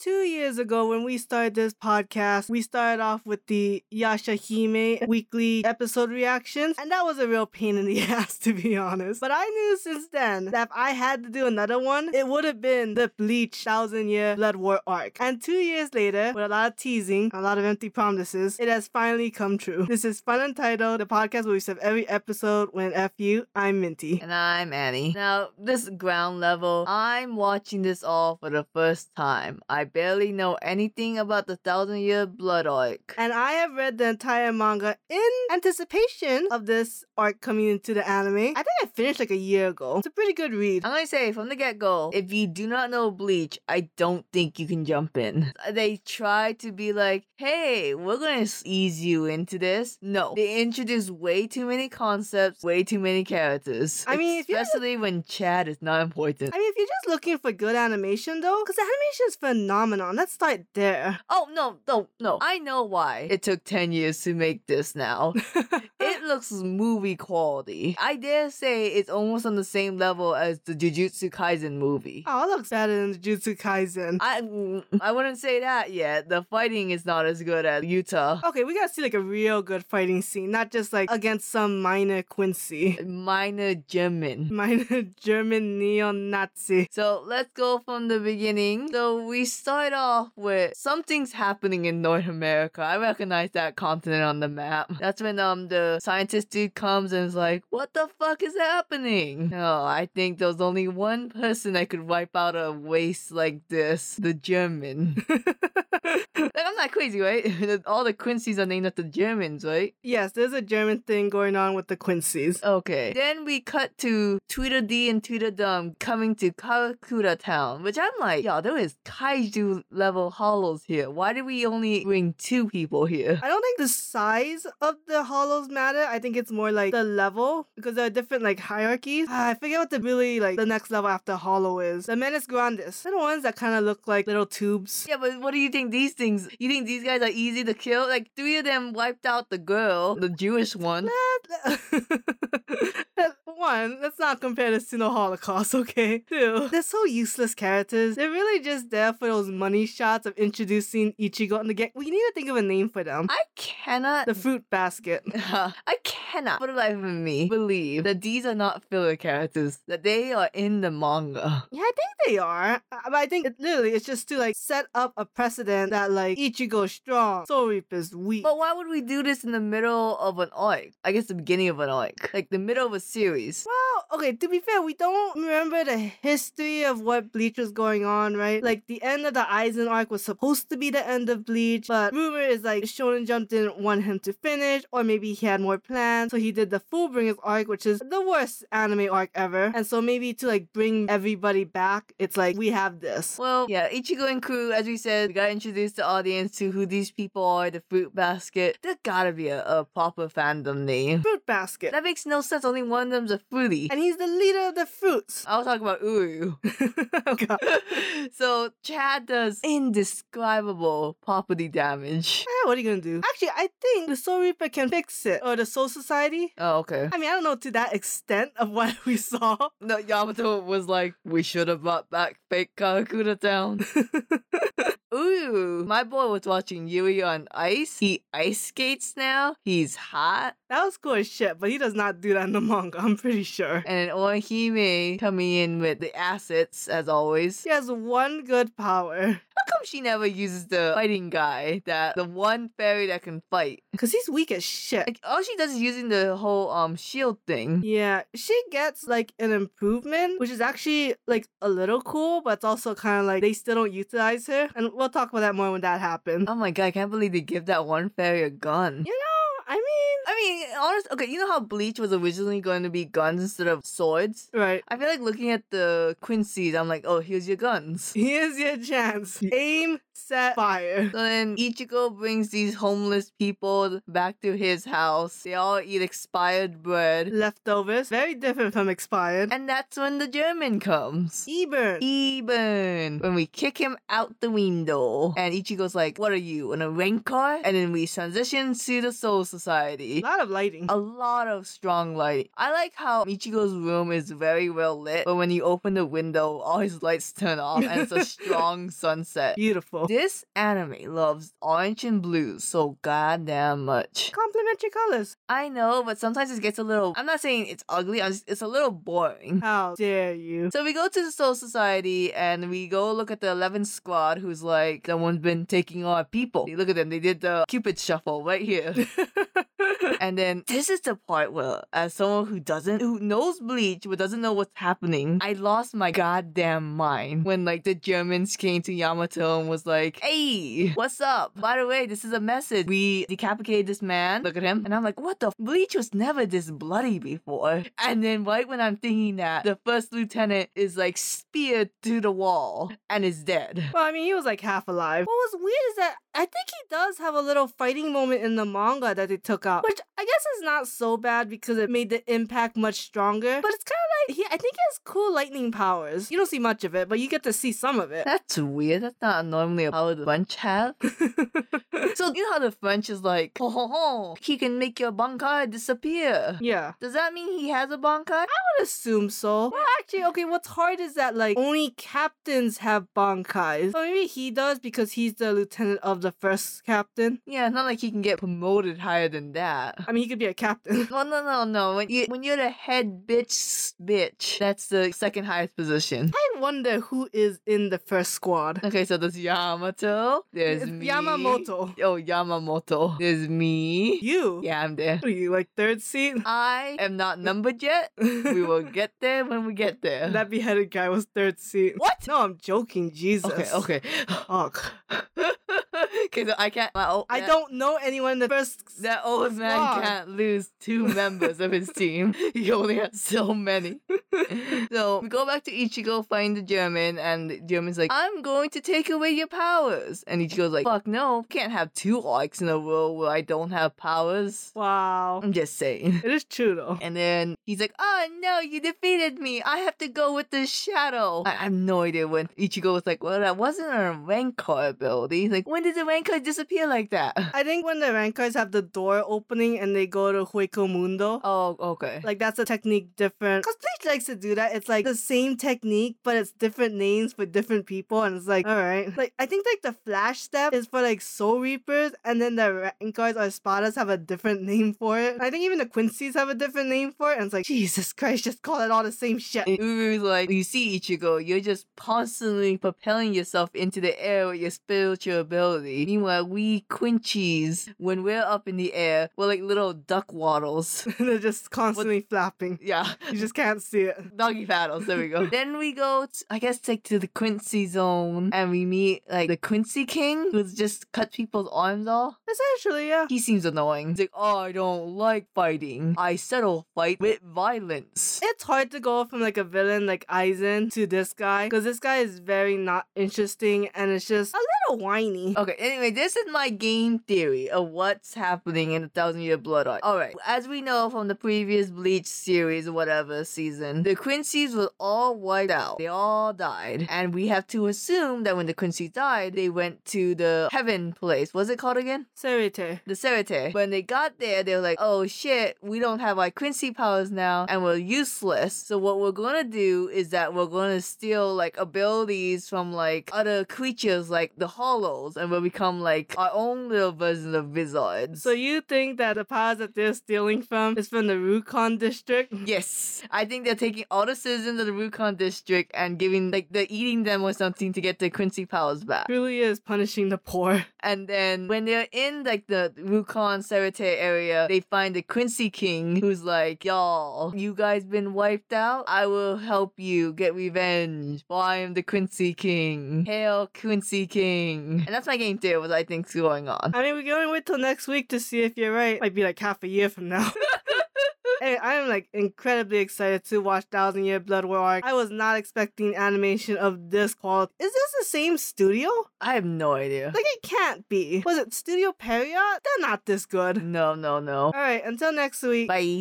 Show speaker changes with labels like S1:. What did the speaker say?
S1: Two years ago, when we started this podcast, we started off with the Yashahime weekly episode reactions, and that was a real pain in the ass, to be honest. But I knew since then that if I had to do another one, it would have been the Bleach Thousand Year Blood War arc. And two years later, with a lot of teasing, a lot of empty promises, it has finally come true. This is Fun Untitled, the podcast where we have every episode when F you, I'm Minty.
S2: And I'm Annie. Now, this ground level, I'm watching this all for the first time. I barely know anything about the Thousand Year Blood Arc.
S1: And I have read the entire manga in anticipation of this arc coming into the anime. I think I finished like a year ago. It's a pretty good read.
S2: I'm gonna say from the get go, if you do not know Bleach, I don't think you can jump in. Uh, They try to be like, hey, we're gonna ease you into this. No, they introduce way too many concepts, way too many characters.
S1: I mean, if you're-
S2: especially when Chad is not important.
S1: I mean, if you're just looking for good animation though, because the animation is phenomenal. Let's start there.
S2: Oh no, no, no! I know why it took ten years to make this. Now it looks movie quality. I dare say it's almost on the same level as the Jujutsu Kaisen movie.
S1: Oh, it looks better than Jujutsu Kaisen.
S2: I mm, I wouldn't say that yet. The fighting is not as good as Utah.
S1: Okay, we gotta see like a real good fighting scene, not just like against some minor Quincy,
S2: Minor German.
S1: minor German neo-Nazi.
S2: So let's go from the beginning. So we start off with something's happening in North America. I recognize that continent on the map. That's when um the scientist dude comes and is like, "What the fuck is happening?" No, I think there's only one person that could wipe out a waste like this: the German. like, I'm not crazy, right? All the Quincy's are named after Germans, right?
S1: Yes, there's a German thing going on with the Quincy's.
S2: Okay. Then we cut to Tweedledee and Tweedledum coming to Karakura Town, which I'm like, yo, there is kaiju level hollows here. Why did we only bring two people here?
S1: I don't think the size of the hollows matter. I think it's more like the level because there are different like hierarchies. Ah, I forget what the really like the next level after hollow is. The menace grandis. They're the ones that kind of look like little tubes.
S2: Yeah, but what do you think these things? You think these guys are easy to kill? Like three of them wiped out the girl, the Jewish one.
S1: One, let's not compare this to the Holocaust, okay? Two, they're so useless characters. They're really just there for those money shots of introducing Ichigo and the gang. We need to think of a name for them.
S2: I cannot
S1: The fruit basket.
S2: I cannot, for the life of me, believe that these are not filler characters. That they are in the manga.
S1: Yeah, I think they are. Uh, But I think it, literally it's just to like set up a precedent that like Ichigo is strong, Soul Reap is weak.
S2: But why would we do this in the middle of an arc? I guess the beginning of an arc, like the middle of a series.
S1: well, okay, to be fair, we don't remember the history of what Bleach was going on, right? Like the end of the Aizen arc was supposed to be the end of Bleach, but rumor is like Shonen Jump didn't want him to finish, or maybe he had more plans, so he did the Fullbringers arc, which is the worst anime arc ever. And so maybe to like bring everybody back, it's like we have this.
S2: Well, yeah, Ichigo and crew, as we said, we gotta introduce the audience to who these people are, the fruit basket. There gotta be a, a proper fandom name.
S1: Fruit basket.
S2: That makes no sense, only one of them's a fruity.
S1: and he's the leader of the fruits.
S2: I was talking about Uru.
S1: oh god.
S2: so Chad does indescribable property damage.
S1: Eh, what are you gonna do? Actually, I think the Soul Reaper can fix it, or the Soul Society.
S2: Oh, okay.
S1: I mean, I don't know to that extent of what we saw.
S2: No, Yamato was like, we should have brought back fake Karakura Town. Ooh, my boy was watching Yuri on ice. He ice skates now. He's hot.
S1: That was cool as shit, but he does not do that in the manga, I'm pretty sure.
S2: And Orihime coming in with the assets, as always.
S1: She has one good power.
S2: How come she never uses the fighting guy, that the one fairy that can fight?
S1: Cause he's weak as shit.
S2: Like, all she does is using the whole um shield thing.
S1: Yeah, she gets like an improvement, which is actually like a little cool, but it's also kind of like they still don't utilize her. And we'll talk about that more when that happens.
S2: Oh my god, I can't believe they give that one fairy a gun.
S1: You know, I mean,
S2: I mean, honest. Okay, you know how Bleach was originally going to be guns instead of swords.
S1: right.
S2: I feel like looking at the Quincy's, I'm like, oh, here's your guns.
S1: Here's your chance. Aim, set fire.
S2: So then Ichigo brings these homeless people back to his house. They all eat expired bread.
S1: Leftovers, very different from expired.
S2: And that's when the German comes.
S1: Ebert.
S2: Eben. When we kick him out the window. And Ichigo's like, What are you, an Rancor? And then we transition to the Soul
S1: a
S2: Society.
S1: lot of lighting.
S2: A lot of strong light. I like how Ichigo's room is very well lit, but when you open the window, all his lights turn off and it's a strong sunset.
S1: Beautiful.
S2: This anime loves orange and blue so goddamn much.
S1: Complementary colors.
S2: I know, but sometimes it gets a little. I'm not saying it's ugly, I'm just, it's a little boring.
S1: How dare you?
S2: So we go to the Soul Society and we go look at the 11th squad who's like, someone's been taking our people. They look at them, they did the Cupid shuffle right here. and then this is the part where, as someone who doesn't, who knows Bleach but doesn't know what's happening, I lost my goddamn mind when like the Germans came to Yamato and was like, hey, what's up? By the way, this is a message. We decapitated this man. Look at him. And I'm like, what the? F-? Bleach was never this bloody before. And then right when I'm thinking that, the first lieutenant is like speared through the wall and is dead.
S1: Well, I mean, he was like half alive. What was weird is that I think he does have a little fighting moment in the manga that they took out, which I guess is not so bad because it made the impact much stronger. But it's kind of like he, I think he has cool lightning powers. You don't see much of it, but you get to see some of it.
S2: That's weird. That's not normally how the bunch have. So you know how the French is like, ho ho
S1: Oh.
S2: ho, he can make your bankai disappear.
S1: yeah,
S2: Does that mean he has a bankai?
S1: I would assume so. Well, actually, okay. What's hard is that like only captains have bankais, so maybe he does because he's the lieutenant of the first captain.
S2: Yeah, it's not like he can get promoted higher than that.
S1: I mean, he could be a captain.
S2: Well, no, no, no. When, you, when you're the head bitch, bitch, that's the second highest position.
S1: I wonder who is in the first squad.
S2: Okay, so there's Yamato. There's
S1: It's
S2: me.
S1: Yamamoto.
S2: Oh, Yamamoto. There's me.
S1: You?
S2: Yeah, I'm there.
S1: What are you, like third seat?
S2: I am not numbered yet. We will get there when we get there.
S1: that beheaded guy was third seat.
S2: What?
S1: No, I'm joking, Jesus.
S2: Okay, okay.
S1: Fuck.
S2: okay, so I can't. My, oh,
S1: I
S2: that-
S1: don't know anyone in the first. s-
S2: That old man
S1: Squad.
S2: can't lose two members of his team. He only has so many. so we go back to Ichigo, find the German, and the German's like, I'm going to take away your powers. And Ichigo's like, fuck no, can't have two arcs in a row where I don't have powers.
S1: Wow.
S2: I'm just saying.
S1: It is true though.
S2: And then he's like, oh no, you defeated me. I have to go with the shadow. I, I have no idea when Ichigo was like, well, that wasn't a Rancor ability. He's like, when did the Rancor disappear like that?
S1: I think when the Rankais have the door opening and they go to Hueco Mundo,
S2: Oh, okay.
S1: like that's a technique different. Because Bleach likes to do that. It's like the same technique, but it's different names for different people, and it's like, all right. Like I think like the Flash step is for like Soul Reapers, and then the Rankais or Espadas have a different name for it. I think even the Quincy's have a different name for it, and it's like, Jesus Christ, just call it all the same shit.
S2: And Uru's like, you see, Ichigo, you're just constantly propelling yourself into the air with your spiritual ability. Meanwhile, we quinchies, when we're up in the air, we're like little duck waddles.
S1: They're just constantly flapping.
S2: yeah.
S1: You just can't see it.
S2: Doggy paddles, there we go. then we go, t- I guess, like to the Quincy zone, and we meet like the Quincy King, who's just cut people's arms off.
S1: Essentially, yeah.
S2: He seems annoying. He's like, oh, I don't like fighting. I settle fight with violence.
S1: It's hard to go from like a villain like Aizen to this guy because this guy is very not interesting and it's just a little whiny.
S2: Okay, anyway, this is my game theory of what's happening in the Thousand Year Blood Arc. Alright, as we know from the previous Bleach series or whatever season, the Quincy's were all wiped out. They all died. And we have to assume that when the Quincy died, they went to the heaven place. What's it called again?
S1: Serite.
S2: The cemetery. When they got there, they were like, oh shit, we don't have our Quincy powers now and we're useless. So what we're gonna do is that we're gonna steal like abilities from like other creatures like the hollows and we'll become like our own little version of wizards.
S1: So you think that the powers that they're stealing from is from the Rukon district?
S2: Yes, I think they're taking all the citizens of the Rukon district and giving like they're eating them or something to get their Quincy powers back.
S1: Truly is punishing the poor.
S2: And then when they're in like the Rukon Serete area, they find the Quincy King who's like, Y'all, you guys been wiped out? I will help you get revenge. For I am the Quincy King. Hail Quincy King. And that's my game theory what I think's going on.
S1: I mean, we can only wait till next week to see if you're right. Might be like half a year from now. I, I'm like incredibly excited to watch Thousand Year Blood War Arc. I was not expecting animation of this quality. Is this the same studio?
S2: I have no idea.
S1: Like it can't be. Was it Studio Period? They're not this good.
S2: No, no, no.
S1: All right, until next week.
S2: Bye.